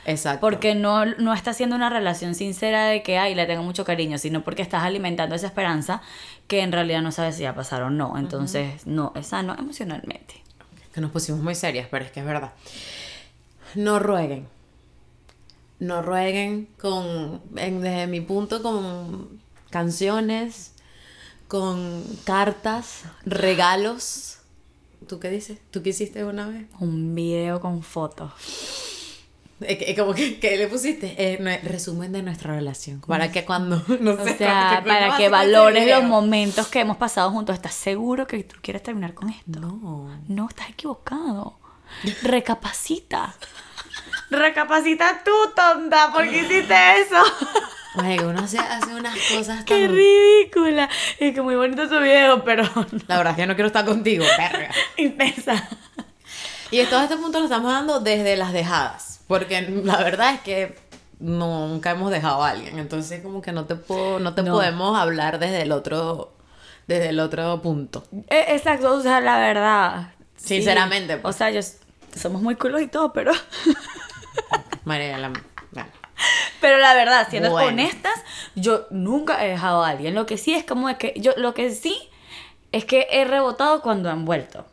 Speaker 2: Exacto.
Speaker 1: Porque no, no está siendo una relación sincera de que, ay, le tengo mucho cariño, sino porque estás alimentando esa esperanza que en realidad no sabes si va a pasar o no. Entonces, no es sano emocionalmente.
Speaker 2: que nos pusimos muy serias, pero es que es verdad. No rueguen. No rueguen con, en- desde mi punto, con canciones, con cartas, regalos. ¿Tú qué dices? ¿Tú qué hiciste una vez?
Speaker 1: Un video con fotos.
Speaker 2: Eh, que- como que, que le pusiste Eh, no, eh, resumen de nuestra relación. Para que cuando, no
Speaker 1: O
Speaker 2: sé,
Speaker 1: sea, para
Speaker 2: cuando- cuando
Speaker 1: que
Speaker 2: haces ese
Speaker 1: valores
Speaker 2: video.
Speaker 1: los momentos que hemos pasado juntos. ¿Estás seguro que tú quieres terminar con esto?
Speaker 2: No.
Speaker 1: No, estás equivocado. Recapacita. Recapacita tú, tonta, porque hiciste eso.
Speaker 2: Oye, que uno hace, hace unas cosas
Speaker 1: Qué
Speaker 2: tan...
Speaker 1: ridícula. Es que muy bonito tu video, pero
Speaker 2: La verdad es que no quiero estar contigo, verga.
Speaker 1: intensa.
Speaker 2: Y en todos estos puntos lo estamos dando desde las dejadas. Porque la verdad es que nunca hemos dejado a alguien. Entonces, como que no te puedo, no te
Speaker 1: No.
Speaker 2: podemos hablar desde el otro, desde el otro punto.
Speaker 1: Eh, Exacto, o sea, la verdad. sí.
Speaker 2: Sinceramente, pues.
Speaker 1: O sea, yo, somos muy culos y todo, pero...
Speaker 2: María, la... bueno.
Speaker 1: Pero la verdad, siendo
Speaker 2: Bueno.
Speaker 1: honestas, yo nunca he dejado a alguien. Lo que sí es como es que yo lo que sí es que he rebotado cuando han vuelto.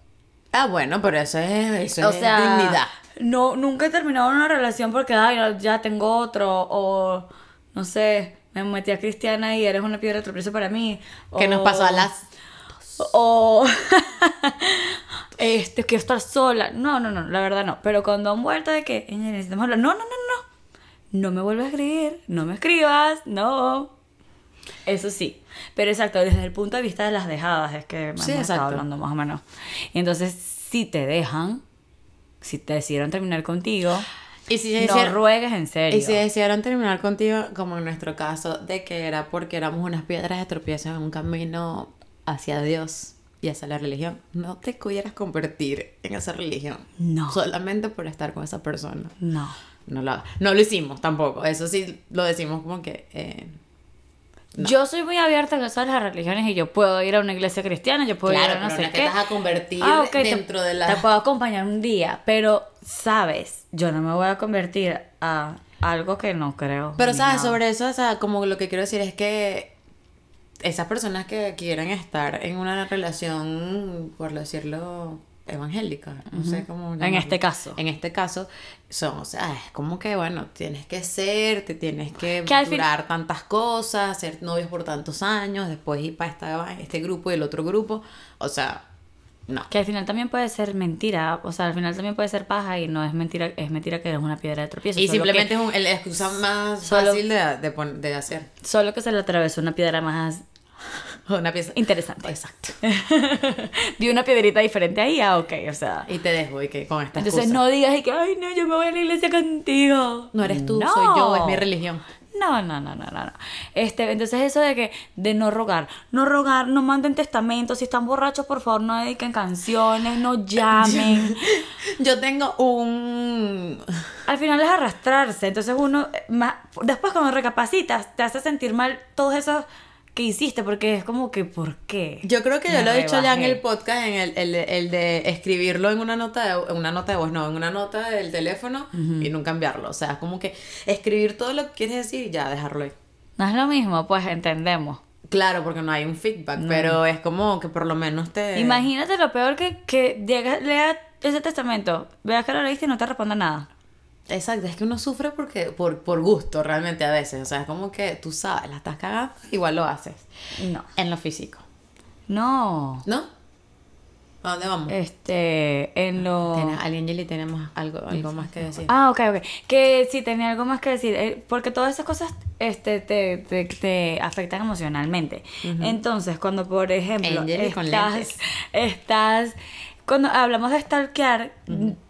Speaker 2: Ah, bueno, pero eso es, eso
Speaker 1: o
Speaker 2: es
Speaker 1: sea,
Speaker 2: dignidad.
Speaker 1: No, nunca he terminado una relación porque ay, no, ya tengo otro o no sé, me metí a Cristiana y eres una piedra de tropiezo para mí.
Speaker 2: Que nos
Speaker 1: o-
Speaker 2: pasó a las
Speaker 1: o este quiero estar sola. No, no, no, la verdad no. Pero cuando han vuelto de que "Eh, necesitamos hablar, no, no, no, no. No me vuelvas a escribir, no me escribas, no. Eso sí. Pero exacto, desde el punto de vista de las dejadas es que hemos
Speaker 2: Sí,
Speaker 1: estado
Speaker 2: exacto.
Speaker 1: hablando más o menos. Y entonces, si te dejan, si te decidieron terminar contigo,
Speaker 2: Y si
Speaker 1: no
Speaker 2: hicieron-
Speaker 1: ruegues en serio.
Speaker 2: y si decidieron terminar contigo, como en nuestro caso, de que era porque éramos unas piedras de tropiezo en un camino hacia Dios y hacia la religión, no te pudieras convertir en esa religión.
Speaker 1: No.
Speaker 2: Solamente por estar con esa persona.
Speaker 1: No.
Speaker 2: No lo, no lo hicimos tampoco. Eso sí lo decimos como que. eh,
Speaker 1: Yo soy muy abierta con eso de las religiones y yo puedo ir a una iglesia cristiana, yo puedo ir a
Speaker 2: claro,
Speaker 1: no
Speaker 2: pero
Speaker 1: sé
Speaker 2: no es
Speaker 1: qué.
Speaker 2: que estás a convertir
Speaker 1: Ah, ok, te-
Speaker 2: dentro de la.
Speaker 1: Te puedo acompañar un día, pero sabes, yo no me voy a convertir a algo que no creo.
Speaker 2: Pero
Speaker 1: ni
Speaker 2: sabes,
Speaker 1: nada.
Speaker 2: sobre eso, o sea, como lo que quiero decir es que esas personas que quieran estar en una relación, por decirlo, evangélica, no sé cómo.
Speaker 1: En
Speaker 2: llamarlo.
Speaker 1: este caso.
Speaker 2: En este caso, son, o sea, es como que, bueno, tienes que ser, te tienes que,
Speaker 1: Que al fin-
Speaker 2: durar tantas cosas, ser novios por tantos años, después ir para esta- este grupo y el otro grupo, o sea, no.
Speaker 1: Que al final también puede ser mentira, o sea, al final también puede ser paja y no es mentira, es mentira que es una piedra de tropiezo.
Speaker 2: Y
Speaker 1: solo
Speaker 2: simplemente es un- el- la excusa más
Speaker 1: solo-
Speaker 2: fácil de, de pon- de hacer.
Speaker 1: que- solo que se le atravesó una piedra más
Speaker 2: Una pieza.
Speaker 1: interesante.
Speaker 2: Exacto.
Speaker 1: Vi una piedrita diferente ahí, ah, ok, o sea.
Speaker 2: Y te dejo y que con esta
Speaker 1: Entonces
Speaker 2: excusa.
Speaker 1: no digas y que, ay, no, yo me voy a la iglesia contigo.
Speaker 2: No eres tú, soy yo, es mi
Speaker 1: No.
Speaker 2: religión.
Speaker 1: No, no, no, no, no, no. Este, entonces eso de que, de no rogar, no rogar, no manden testamentos, si están borrachos, por favor, no dediquen canciones, no llamen.
Speaker 2: Yo tengo un...
Speaker 1: Al final es arrastrarse, entonces uno, eh, más, después cuando recapacitas, te hace sentir mal todos esos que hiciste, porque es como que, ¿por qué?
Speaker 2: Yo creo que yo
Speaker 1: Me
Speaker 2: lo he dicho ya en
Speaker 1: rebajé.
Speaker 2: el podcast, en el, el, el de escribirlo en una nota de, en una nota de voz, no, en una nota del teléfono y no cambiarlo. O sea, es como que escribir todo lo que quieres decir y ya dejarlo ahí.
Speaker 1: No es lo mismo, pues entendemos.
Speaker 2: Claro, porque no hay un feedback, pero es como que por lo menos te...
Speaker 1: Imagínate lo peor que, que llegas, lea ese testamento, veas que lo leíste y no te responda nada.
Speaker 2: Exacto, es que uno sufre porque por, por gusto realmente a veces. O sea, es como que tú sabes, la estás cagando, igual lo haces.
Speaker 1: No.
Speaker 2: En lo físico.
Speaker 1: No.
Speaker 2: ¿No? ¿A dónde vamos?
Speaker 1: Este, en lo...
Speaker 2: Tiene- alguien, Yeli, tenemos algo, algo más que decir.
Speaker 1: Ah, ok, ok. Que sí, tenía algo más que decir. eh, porque todas esas cosas este, te, te, te afectan emocionalmente. Entonces, cuando, por ejemplo,
Speaker 2: Angel y con
Speaker 1: estás,
Speaker 2: lentes.
Speaker 1: estás. Cuando hablamos de stalkear,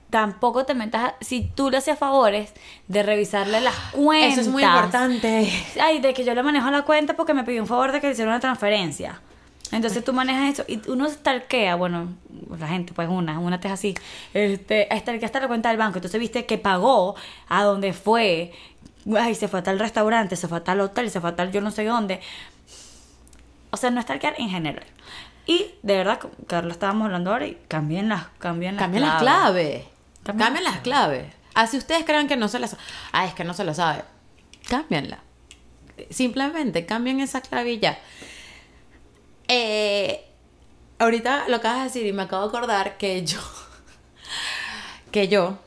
Speaker 1: tampoco te metas. a- Si tú le hacías favores de revisarle las cuentas.
Speaker 2: Eso es muy importante.
Speaker 1: Ay, de que yo le manejo la cuenta porque me pidió un favor de que le hiciera una transferencia. Entonces tú manejas eso y uno stalkea, bueno, la gente, pues una, una te es así, este, stalkea hasta la cuenta del banco. Entonces viste que pagó a donde fue, ay, se fue a tal restaurante, se fue a tal hotel, se fue a tal yo no sé dónde. O sea, no stalkear en general. Y de verdad, como Carlos, estábamos hablando ahora y cambien las, cambien las
Speaker 2: Cambien las
Speaker 1: claves.
Speaker 2: claves.
Speaker 1: Cambien
Speaker 2: Cambien las claves. Así ustedes crean que no se las... Ah, es que no se lo sabe. Cámbianla. Simplemente cambien esa clavilla. Eh, ahorita lo acabas de decir y me acabo de acordar que yo... Que yo...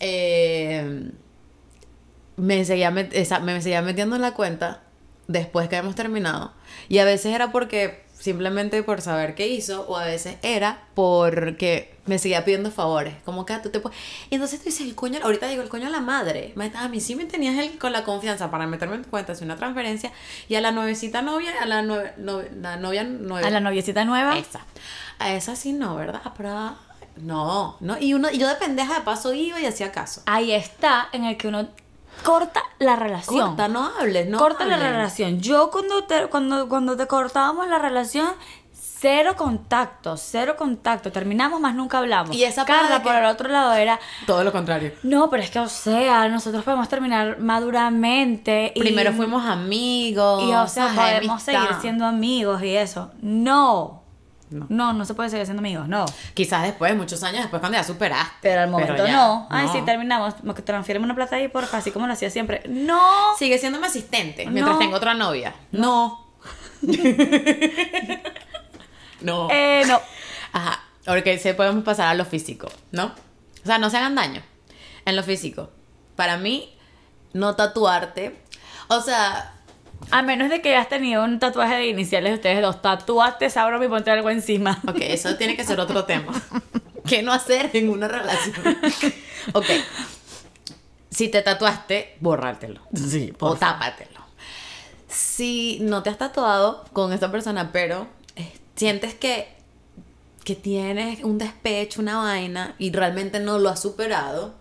Speaker 2: eh, me seguía, met- esa- me seguía metiendo en la cuenta después que habíamos terminado. Y a veces era porque simplemente por saber qué hizo, o a veces era porque me seguía pidiendo favores. Como que ah, tú te puedes. Y entonces tú dices, el coño, ahorita digo, el coño a la madre. Ma- A mí sí me tenías el- con la confianza para meterme en tu cuenta, hacer una transferencia. Y a la nuevecita novia, a la, nue- no- la novia nueva.
Speaker 1: A la noviecita nueva.
Speaker 2: Esa. A esa sí no, ¿verdad? Pero. No, no. Y, uno, y yo de pendeja de paso iba y hacía caso.
Speaker 1: Ahí está en el que uno corta la relación.
Speaker 2: Corta, no hables, no
Speaker 1: corta la
Speaker 2: hables.
Speaker 1: relación. Yo cuando te, cuando, cuando te cortábamos la relación, Cero contacto, cero contacto. Terminamos, más nunca hablamos.
Speaker 2: Y esa
Speaker 1: Carla,
Speaker 2: parte
Speaker 1: por
Speaker 2: que-
Speaker 1: el otro lado, era.
Speaker 2: Todo lo contrario.
Speaker 1: No, pero es que, o sea, nosotros podemos terminar maduramente. Y,
Speaker 2: Primero fuimos amigos.
Speaker 1: Y, o sea,
Speaker 2: ajá,
Speaker 1: podemos
Speaker 2: amistad.
Speaker 1: seguir siendo amigos y eso. No.
Speaker 2: No.
Speaker 1: No, no, se puede seguir siendo amigos, no.
Speaker 2: Quizás después, muchos años después, cuando ya superaste.
Speaker 1: Pero al momento
Speaker 2: ya,
Speaker 1: no. Ay, sí, terminamos. Me- Transfíreme una plata ahí, porfa, así como lo hacía siempre. No.
Speaker 2: Sigue siendo mi asistente mientras
Speaker 1: No.
Speaker 2: tengo otra novia. No. no.
Speaker 1: Eh, no.
Speaker 2: Ajá. Porque se podemos pasar a lo físico, ¿no? O sea, no se hagan daño en lo físico. Para mí, no tatuarte. O sea,
Speaker 1: A menos de que hayas tenido un tatuaje de iniciales de ustedes dos. Tatúate, sabro y ponte algo encima.
Speaker 2: ok, eso tiene que ser otro tema. ¿Qué no hacer en una relación? Ok. Si te tatuaste, bórratelo.
Speaker 1: Sí,
Speaker 2: o tápatelo. Si no te has tatuado con esta persona, pero eh, sientes que, que tienes un despecho, una vaina, y realmente no lo has superado,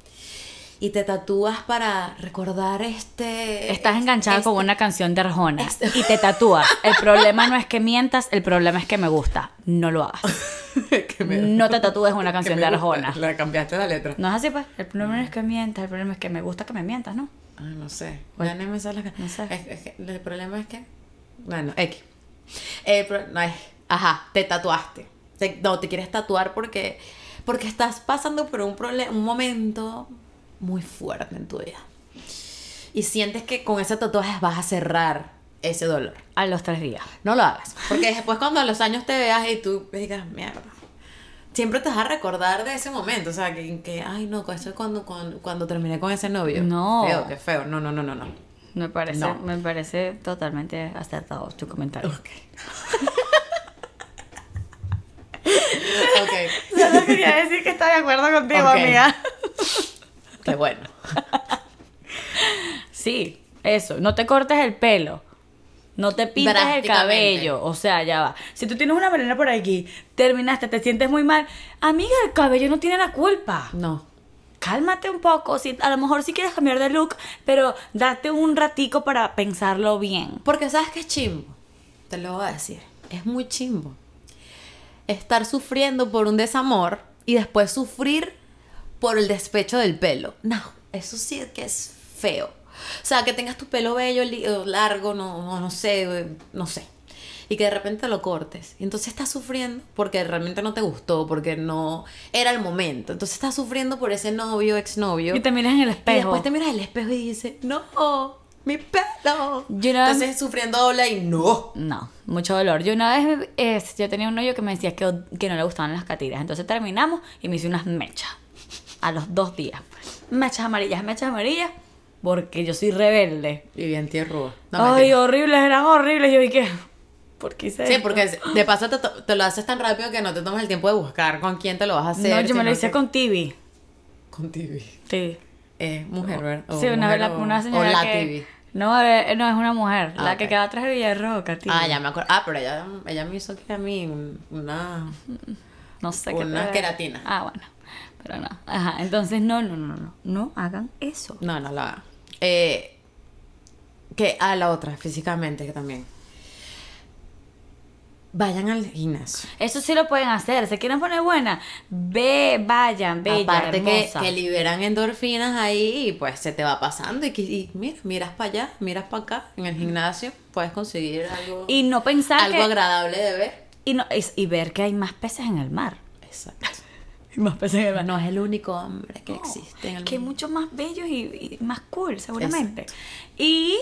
Speaker 2: y te tatúas para recordar este...
Speaker 1: Estás enganchada
Speaker 2: este-
Speaker 1: con una canción de Arjona y te tatúas. El problema no es que mientas, el problema es que me gusta. No lo hagas.
Speaker 2: que me-
Speaker 1: No te tatúes una
Speaker 2: que
Speaker 1: canción
Speaker 2: me
Speaker 1: de
Speaker 2: gusta.
Speaker 1: Arjona.
Speaker 2: La cambiaste la letra.
Speaker 1: No es así, pues. El problema no es que mientas, el problema es que me gusta que me mientas, ¿no?
Speaker 2: Ay, Ah, no sé. Ya ni me sale la-
Speaker 1: No sé.
Speaker 2: Es- es que el problema es que. Bueno, X. El pro- no es. Ajá, te tatuaste. Te- no, te quieres tatuar porque. Porque estás pasando por un, prole- un momento muy fuerte en tu vida. Y sientes que con ese tatuaje vas a cerrar ese dolor.
Speaker 1: A los tres días.
Speaker 2: No lo hagas. Porque después cuando a los años te veas y tú digas, mierda. Siempre te vas a recordar de ese momento. O sea, que, que, ay, no, eso es cuando, cuando, cuando terminé con ese novio.
Speaker 1: No.
Speaker 2: Feo, qué feo. No, no, no, no, no.
Speaker 1: Me parece,
Speaker 2: No.
Speaker 1: me parece totalmente acertado tu comentario.
Speaker 2: Ok,
Speaker 1: Solo quería decir que está de acuerdo contigo,
Speaker 2: Ok.
Speaker 1: amiga.
Speaker 2: qué bueno.
Speaker 1: Sí, eso. No te cortes el pelo. No te pintes el
Speaker 2: Drásticamente.
Speaker 1: cabello. O sea, ya va. Si tú tienes una melena por aquí, terminaste, te sientes muy mal. Amiga, el cabello no tiene la culpa.
Speaker 2: No.
Speaker 1: Cálmate un poco. Si, a lo mejor si quieres cambiar de look, pero date un ratico para pensarlo bien.
Speaker 2: Porque sabes que es chimbo. Te lo voy a decir. Es muy chimbo. Estar sufriendo por un desamor y después sufrir por el despecho del pelo. No, eso sí que es feo. O sea, que tengas tu pelo bello, li- o largo, no, no, no sé, eh, no sé. Y que de repente lo cortes. Y entonces estás sufriendo porque realmente no te gustó, porque no era el momento. Entonces estás sufriendo por ese novio, exnovio.
Speaker 1: Y te miras en el
Speaker 2: Y
Speaker 1: espejo.
Speaker 2: después te miras al espejo y dices, no, mi pelo.
Speaker 1: You know-
Speaker 2: Entonces sufriendo doble y no.
Speaker 1: No, mucho dolor. Yo una vez, eh, yo tenía un novio que me decía que, que no le gustaban las catiras. Entonces terminamos y me hice unas mechas. A los dos días. pues. Mechas amarillas, mechas amarillas. Porque yo soy rebelde.
Speaker 2: Y bien tierrúa.
Speaker 1: Ay, horribles, eran horribles. Yo dije, ¿por qué hice
Speaker 2: Sí,
Speaker 1: esto?
Speaker 2: porque de paso te, to- te lo haces tan rápido que no te tomas el tiempo de buscar con quién te lo vas a hacer.
Speaker 1: No, yo me lo
Speaker 2: sino
Speaker 1: hice
Speaker 2: que-
Speaker 1: con TV.
Speaker 2: Con TV.
Speaker 1: Sí.
Speaker 2: Eh, mujer, ¿verdad? O
Speaker 1: sí, una,
Speaker 2: mujer
Speaker 1: la-
Speaker 2: o-
Speaker 1: una señora
Speaker 2: O la
Speaker 1: que-
Speaker 2: TV.
Speaker 1: No, eh, no, es una mujer.
Speaker 2: Ah,
Speaker 1: la
Speaker 2: ok.
Speaker 1: que queda atrás de Villarroca, tío.
Speaker 2: Ah, ya me acuerdo. Ah, pero ella, ella me hizo que a mí un- una...
Speaker 1: No sé qué.
Speaker 2: Una
Speaker 1: tal.
Speaker 2: queratina.
Speaker 1: Ah, bueno. Pero no. Ajá. Entonces, no, no, no, no. No hagan eso.
Speaker 2: No, no la... Eh, que a la otra, físicamente, que también. Vayan al gimnasio.
Speaker 1: Eso sí lo pueden hacer. ¿Se quieren poner buena? Ve, vayan, bella,
Speaker 2: Aparte que,
Speaker 1: hermosa.
Speaker 2: que liberan endorfinas ahí y pues se te va pasando y, que- y mira, miras para allá, miras para acá, en el gimnasio puedes conseguir algo,
Speaker 1: y no pensar
Speaker 2: algo
Speaker 1: que-
Speaker 2: agradable de ver.
Speaker 1: y, no, es- y ver que hay más peces en el mar.
Speaker 2: Exacto.
Speaker 1: Hay más peces en el
Speaker 2: No es el único hombre que existe en el
Speaker 1: que hay
Speaker 2: mundo.
Speaker 1: muchos más bellos y, y más cool, seguramente. Y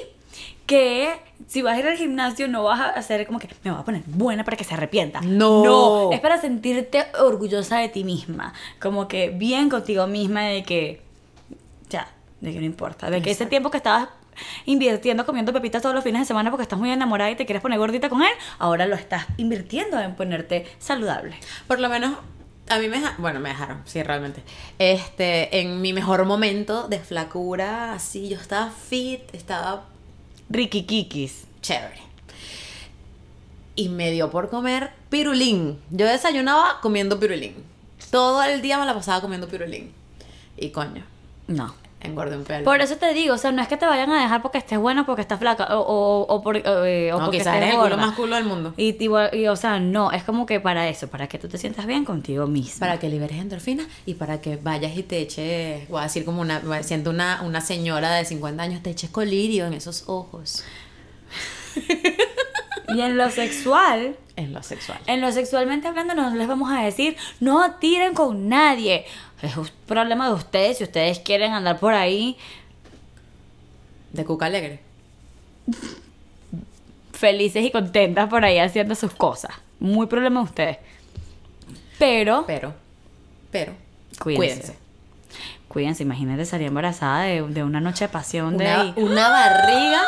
Speaker 1: que si vas a ir al gimnasio no vas a hacer como que me voy a poner buena para que se arrepienta.
Speaker 2: No.
Speaker 1: No, es para sentirte orgullosa de ti misma, como que bien contigo misma de que ya, de que no importa, de que ese tiempo que estabas invirtiendo comiendo pepitas todos los fines de semana porque estás muy enamorada y te quieres poner gordita con él, ahora lo estás invirtiendo en ponerte saludable.
Speaker 2: Por lo menos a mí me dejaron, bueno, me dejaron, sí, realmente. Este, en mi mejor momento de flacura, así, yo estaba fit, estaba
Speaker 1: Ricky Kikis.
Speaker 2: chévere. Y me dio por comer pirulín. Yo desayunaba comiendo pirulín. Todo el día me la pasaba comiendo pirulín. Y coño,
Speaker 1: No.
Speaker 2: engorde un pelo.
Speaker 1: Por eso te digo, o sea, no es que te vayan a dejar porque estés buena, porque estás flaca, o, o, o por- o, eh, o
Speaker 2: no,
Speaker 1: porque
Speaker 2: quizás
Speaker 1: estés
Speaker 2: eres el culo
Speaker 1: gorda.
Speaker 2: más culo del mundo.
Speaker 1: Y, y- y, o sea, no, es como que para eso, para que tú te sientas bien contigo misma.
Speaker 2: Para que liberes endorfinas y para que vayas y te eches, voy a decir como una, siendo una, una señora de 50 años, te eches colirio en esos ojos.
Speaker 1: Y en lo sexual,
Speaker 2: En lo sexual.
Speaker 1: en lo sexualmente hablando, no les vamos a decir, no tiren con nadie. Es un problema de ustedes, si ustedes quieren andar por ahí
Speaker 2: De cuca alegre.
Speaker 1: felices y contentas por ahí haciendo sus cosas. Muy problema de ustedes. Pero,
Speaker 2: Pero, pero,
Speaker 1: cuídense. Cuídense, imagínate salir embarazada de, de una noche de pasión de
Speaker 2: Una,
Speaker 1: ahí.
Speaker 2: una barriga,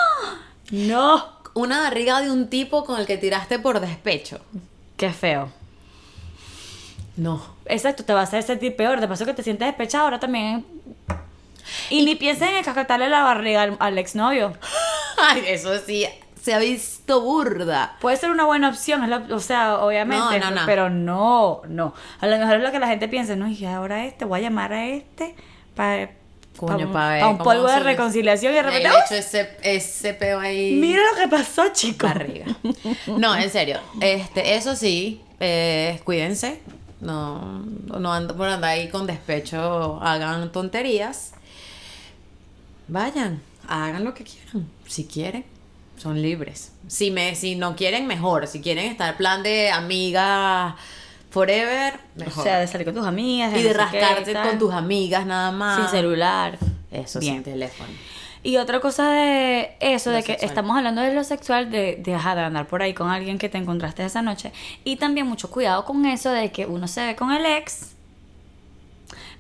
Speaker 1: ¡No!
Speaker 2: una barriga de un tipo con el que tiraste por despecho.
Speaker 1: ¡Qué feo!
Speaker 2: No.
Speaker 1: Exacto, te vas a sentir peor. De paso que te sientes despechado ahora también. Y, ni piensen en cascatarle la barriga al, al exnovio.
Speaker 2: Ay, eso sí, se ha visto burda.
Speaker 1: Puede ser una buena opción, es la- o sea, obviamente,
Speaker 2: No, no, no.
Speaker 1: pero no, no. A lo mejor es lo que la gente piensa, no, y ahora este, voy a llamar a este para
Speaker 2: Coño,
Speaker 1: un,
Speaker 2: pa' ver
Speaker 1: pa' un
Speaker 2: cómo
Speaker 1: polvo de
Speaker 2: se-
Speaker 1: reconciliación y de repente,
Speaker 2: He
Speaker 1: ¡uy!
Speaker 2: hecho ese, ese peo ahí.
Speaker 1: mira lo que pasó, chicos.
Speaker 2: barriga. No, en serio. Este, eso sí, eh, cuídense. No, no ando por andar ahí con despecho, hagan tonterías. Vayan, hagan lo que quieran, si quieren. Son libres. Si me, si no quieren, mejor. Si quieren estar plan de amiga forever, mejor.
Speaker 1: O sea, de salir con tus amigas.
Speaker 2: y de
Speaker 1: no sé qué y
Speaker 2: rascarte
Speaker 1: tal.
Speaker 2: con tus amigas nada más.
Speaker 1: Sin celular.
Speaker 2: Eso,
Speaker 1: Ah. Bien.
Speaker 2: sin teléfono.
Speaker 1: Y otra cosa de eso,
Speaker 2: Lo
Speaker 1: de que
Speaker 2: sexual.
Speaker 1: estamos hablando de lo sexual, de, de, ajá, de andar por ahí con alguien que te encontraste esa noche. Y también mucho cuidado con eso de que uno se ve con el ex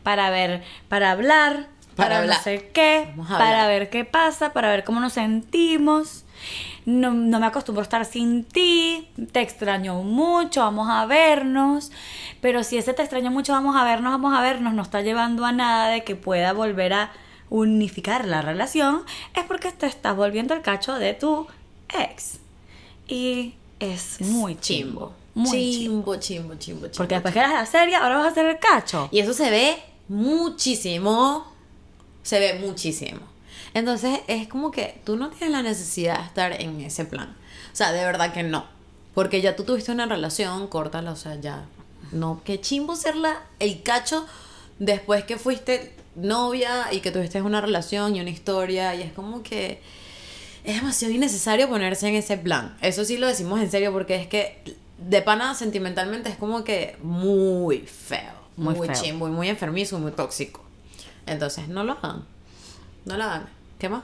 Speaker 1: para ver, para hablar, para,
Speaker 2: Para
Speaker 1: no
Speaker 2: hablar.
Speaker 1: sé qué,
Speaker 2: Vamos a
Speaker 1: para
Speaker 2: hablar.
Speaker 1: ver qué pasa, para ver cómo nos sentimos. No, no me acostumbro a estar sin ti, te extraño mucho, vamos a vernos. Pero si ese te extraño mucho, vamos a vernos, vamos a vernos, no está llevando a nada de que pueda volver a unificar la relación, es porque te estás volviendo el cacho de tu ex. Y es muy chimbo. Muy chimbo.
Speaker 2: Chimbo, chimbo, chimbo, chimbo.
Speaker 1: Porque después que eras la serie, ahora vas a ser el cacho.
Speaker 2: Y eso se ve muchísimo. Se ve muchísimo. Entonces es como que tú no tienes la necesidad de estar en ese plan. O sea, de verdad que no. Porque ya tú tuviste una relación, córtala, o sea, ya. No, qué chimbo serla el cacho después que fuiste novia y que tuviste una relación y una historia. Y es como que es demasiado innecesario ponerse en ese plan. Eso sí lo decimos en serio porque es que de pana sentimentalmente es como que muy feo.
Speaker 1: Muy
Speaker 2: Muy,
Speaker 1: feo.
Speaker 2: chimbo y muy enfermizo y muy tóxico. Entonces no lo hagan. No lo hagan. ¿Qué más?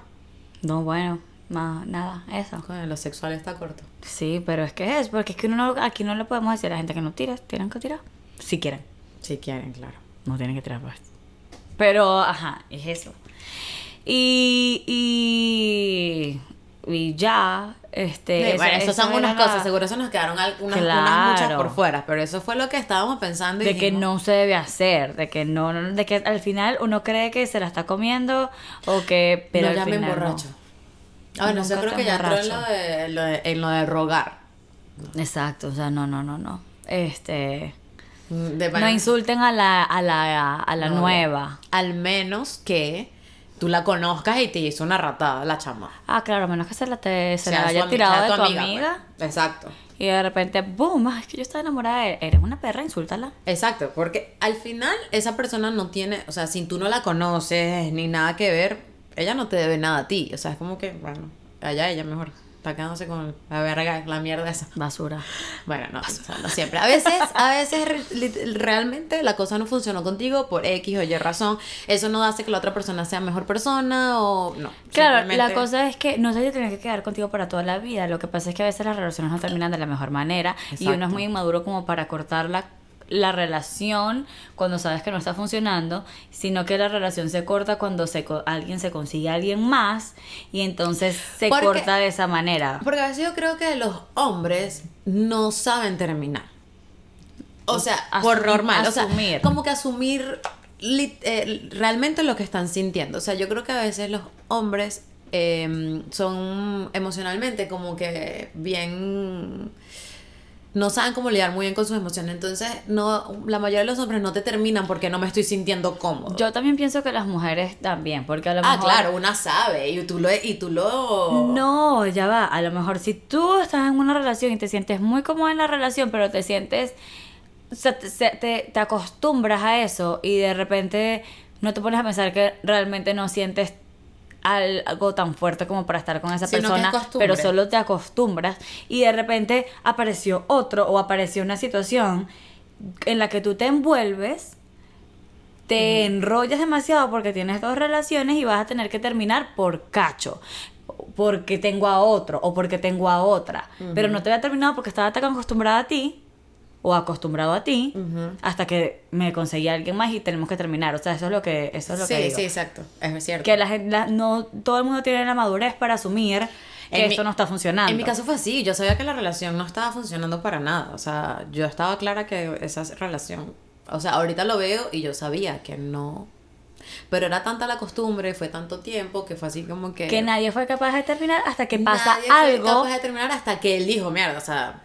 Speaker 1: No, bueno, no, nada, eso.
Speaker 2: Con lo sexual está corto.
Speaker 1: Sí, pero es que es, porque es que uno no- aquí no le podemos decir a la gente que no tira, tienen que tirar. Si quieren,
Speaker 2: Si quieren, claro.
Speaker 1: no tienen que tirar pues. Pero, ajá, es eso. Y, y, y ya, este...
Speaker 2: Sí, Eh, bueno,
Speaker 1: esa-
Speaker 2: esas
Speaker 1: esa
Speaker 2: son
Speaker 1: era
Speaker 2: unas
Speaker 1: la-
Speaker 2: cosas. Seguro se nos quedaron algunas,
Speaker 1: Claro.
Speaker 2: unas muchas por fuera. Pero eso fue lo que estábamos pensando. y
Speaker 1: De que
Speaker 2: dijimos,
Speaker 1: no se debe hacer, de que no, no- de que al final uno cree que se la está comiendo o que... Pero
Speaker 2: no
Speaker 1: al
Speaker 2: llamen
Speaker 1: final no.
Speaker 2: borracho. Ah, bueno, yo
Speaker 1: Nunca
Speaker 2: creo que
Speaker 1: tan
Speaker 2: ya entró en lo,
Speaker 1: borracho.
Speaker 2: de, lo de- en lo de rogar.
Speaker 1: Exacto, o sea, no, no, no, no. Este...
Speaker 2: De
Speaker 1: No
Speaker 2: pana-
Speaker 1: insulten a la, a la, a la
Speaker 2: No,
Speaker 1: nueva.
Speaker 2: Al menos que tú la conozcas y te hizo una ratada la chama.
Speaker 1: Ah, claro, a menos que se la, te, se
Speaker 2: Sea
Speaker 1: la
Speaker 2: su
Speaker 1: haya
Speaker 2: ami-
Speaker 1: tirado
Speaker 2: sea
Speaker 1: de tu amiga.
Speaker 2: pues. Exacto.
Speaker 1: Y de repente, boom, "Ay, es que yo estaba enamorada de él. Eres una perra, insúltala.
Speaker 2: Exacto, porque al final esa persona no tiene, o sea, si tú no la conoces ni nada que ver, ella no te debe nada a ti. O sea, es como que, bueno, allá ella mejor, está quedándose con la verga, la mierda esa.
Speaker 1: Basura.
Speaker 2: Bueno, no, o sea, no siempre. A veces, a veces re- lit- realmente la cosa no funcionó contigo por X o Y razón. Eso no hace que la otra persona sea mejor persona o no.
Speaker 1: Claro, la
Speaker 2: Simplemente-
Speaker 1: cosa es que no sé si tienes que quedar contigo para toda la vida. Lo que pasa es que a veces las relaciones no terminan de la mejor manera y uno es
Speaker 2: Exacto.
Speaker 1: muy inmaduro como para cortar la, la relación cuando sabes que no está funcionando, sino que la relación se corta cuando se, co- alguien se consigue a alguien más y entonces se
Speaker 2: Porque-
Speaker 1: corta de esa manera.
Speaker 2: Porque a veces yo creo que los hombres no saben terminar. O sea, por
Speaker 1: Asumir-
Speaker 2: normal. O
Speaker 1: asumir.
Speaker 2: sea, como que asumir lit- eh, realmente lo que están sintiendo. O sea, yo creo que a veces los hombres em, eh, son emocionalmente como que bien no saben cómo lidiar muy bien con sus emociones. Entonces, no, la mayoría de los hombres no te terminan porque no me estoy sintiendo cómodo.
Speaker 1: Yo también pienso que las mujeres también, porque a lo
Speaker 2: ah,
Speaker 1: mejor...
Speaker 2: claro, una sabe y tú lo... Y tú lo...
Speaker 1: No, ya va. A lo mejor si tú estás en una relación y te sientes muy cómoda en la relación, pero te sientes. O sea, te, se- te- te acostumbras a eso y de repente no te pones a pensar que realmente no sientes al- algo tan fuerte como para estar con esa
Speaker 2: Sino que es
Speaker 1: persona,
Speaker 2: costumbre.
Speaker 1: pero solo te acostumbras y de repente apareció otro o apareció una situación en la que tú te envuelves te enrollas demasiado porque tienes dos relaciones y vas a tener que terminar por cacho. Porque tengo a otro o porque tengo a otra. Pero no te había terminado porque estaba tan acostumbrada a ti o acostumbrado a ti hasta que me conseguí a alguien más y tenemos que terminar. O sea, eso es lo que, eso es lo
Speaker 2: sí,
Speaker 1: que digo.
Speaker 2: sí, exacto. Es cierto.
Speaker 1: Que la gente, la- no, todo el mundo tiene la madurez para asumir que
Speaker 2: En mi-
Speaker 1: esto no está funcionando.
Speaker 2: En mi caso fue así, yo sabía que la relación no estaba funcionando para nada, o sea, yo estaba clara que esa relación, o sea, ahorita lo veo y yo sabía que no, pero era tanta la costumbre, fue tanto tiempo que fue así como que...
Speaker 1: que nadie fue capaz de terminar hasta que
Speaker 2: eh, nadie
Speaker 1: pasa
Speaker 2: fue
Speaker 1: algo.
Speaker 2: capaz de terminar hasta que él dijo, mierda, o sea,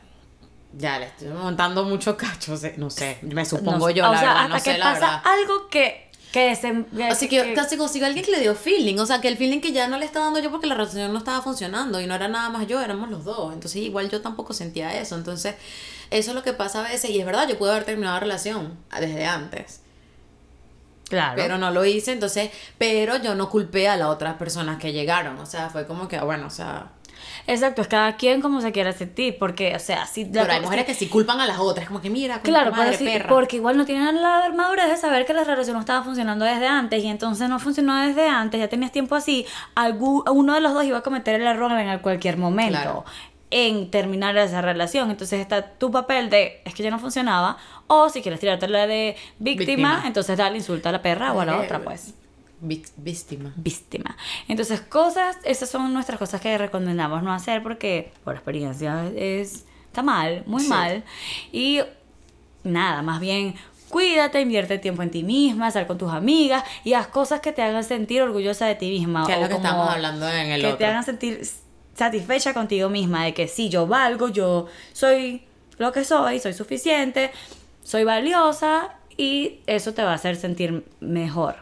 Speaker 2: ya le estoy montando muchos cachos, eh, no sé, me supongo
Speaker 1: No-
Speaker 2: yo,
Speaker 1: o
Speaker 2: la
Speaker 1: sea,
Speaker 2: verdad,
Speaker 1: hasta
Speaker 2: no sé,
Speaker 1: que
Speaker 2: la
Speaker 1: pasa
Speaker 2: verdad.
Speaker 1: algo que, que se...
Speaker 2: Así que casi consigo a alguien que le dio feeling, o sea, que el feeling que ya no le está dando yo porque la relación no estaba funcionando y no era nada más yo, éramos los dos. Entonces, igual yo tampoco sentía eso. Entonces, eso es lo que pasa a veces y es verdad, yo pude haber terminado la relación desde antes,
Speaker 1: Claro.
Speaker 2: pero no lo hice, entonces, pero yo no culpé a las otras personas que llegaron, o sea, fue como que, bueno, o sea,
Speaker 1: Exacto, es cada quien como se quiera sentir, porque, o sea, si... la-
Speaker 2: pero hay mujeres que sí culpan a las otras, como que mira, como
Speaker 1: Claro,
Speaker 2: tu
Speaker 1: pero
Speaker 2: madre,
Speaker 1: sí,
Speaker 2: perra.
Speaker 1: porque igual no tienen la armadura de saber que la relación no estaba funcionando desde antes y entonces no funcionó desde antes, ya tenías tiempo así, algún, uno de los dos iba a cometer el error en el cualquier momento
Speaker 2: Claro.
Speaker 1: en terminar esa relación. Entonces está tu papel de, es que ya no funcionaba, o si quieres tirarte la de víctima,
Speaker 2: Víctima. Eh,
Speaker 1: entonces dale, insulta a la perra o a la otra, pues.
Speaker 2: Vic- víctima.
Speaker 1: víctima. Entonces, cosas, esas son nuestras cosas que recomendamos no hacer porque por experiencia es está mal, muy
Speaker 2: Sí.
Speaker 1: mal. Y nada, más bien cuídate, invierte tiempo en ti misma, sal con tus amigas y haz cosas que te hagan sentir orgullosa de ti misma
Speaker 2: Que es
Speaker 1: Ah, o
Speaker 2: lo que
Speaker 1: como
Speaker 2: estamos hablando en el
Speaker 1: que te
Speaker 2: otro.
Speaker 1: hagan sentir satisfecha contigo misma de que sí, yo valgo, yo soy lo que soy, soy suficiente, soy valiosa y eso te va a hacer sentir mejor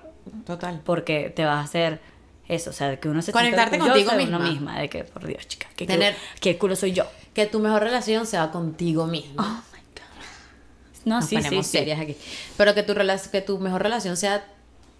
Speaker 2: Total.
Speaker 1: porque te vas a hacer eso, o sea, que uno se
Speaker 2: Conectarte
Speaker 1: sienta orgulloso
Speaker 2: contigo
Speaker 1: de uno
Speaker 2: misma.
Speaker 1: misma, de que por Dios, chica, que
Speaker 2: Tener-
Speaker 1: qué culo soy yo.
Speaker 2: Que tu mejor relación sea contigo mismo.
Speaker 1: No,
Speaker 2: Nos
Speaker 1: sí, sí,
Speaker 2: ponemos
Speaker 1: sí.
Speaker 2: serias aquí. Pero que tu, rela- que tu mejor relación sea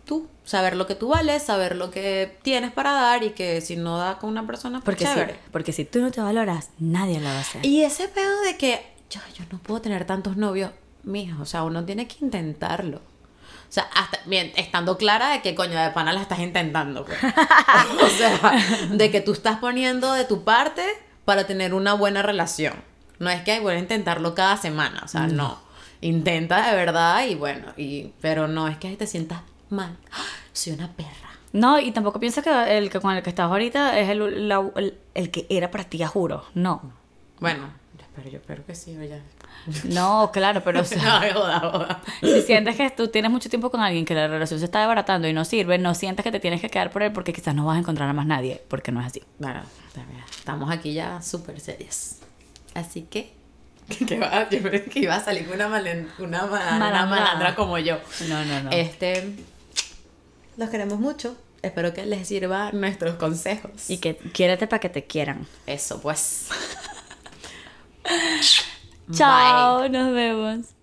Speaker 2: tú, saber lo que tú vales, saber lo que tienes para dar y que si no da con una persona, pues
Speaker 1: Porque sí,
Speaker 2: chévere.
Speaker 1: porque si tú no te valoras, nadie lo va a hacer.
Speaker 2: Y ese pedo de que yo, yo no puedo tener tantos novios, mijo, o sea, uno tiene que intentarlo. O sea, hasta, bien, estando clara de que coño de pana la estás intentando. pues. o sea, de que tú estás poniendo de tu parte para tener una buena relación. No es que ay, voy a intentarlo cada semana, o sea, no. Intenta de verdad y bueno, y, pero no es que ay, te sientas mal. ¡Ah! Soy una perra.
Speaker 1: No, y tampoco piensas que el que con el que estás ahorita es el, la- el, el que era para ti, ya juro. No.
Speaker 2: Bueno, yo espero, yo espero que sí, oye.
Speaker 1: No, claro, pero o sea,
Speaker 2: No, joda, joda.
Speaker 1: si sientes que tú tienes mucho tiempo con alguien que la relación se está desbaratando y no sirve, no sientas que te tienes que quedar por él porque quizás no vas a encontrar a más nadie, porque no es así.
Speaker 2: Bueno, está bien. estamos aquí ya súper serias. Así que. Que va, yo pensé que iba a salir una, malen- una, ma- una
Speaker 1: Malandra.
Speaker 2: malandra como yo.
Speaker 1: No, no, no.
Speaker 2: Este. Los queremos mucho. Espero que les sirva nuestros consejos.
Speaker 1: Y que quiérete para que te quieran.
Speaker 2: eso, pues.
Speaker 1: Chao, nos vemos.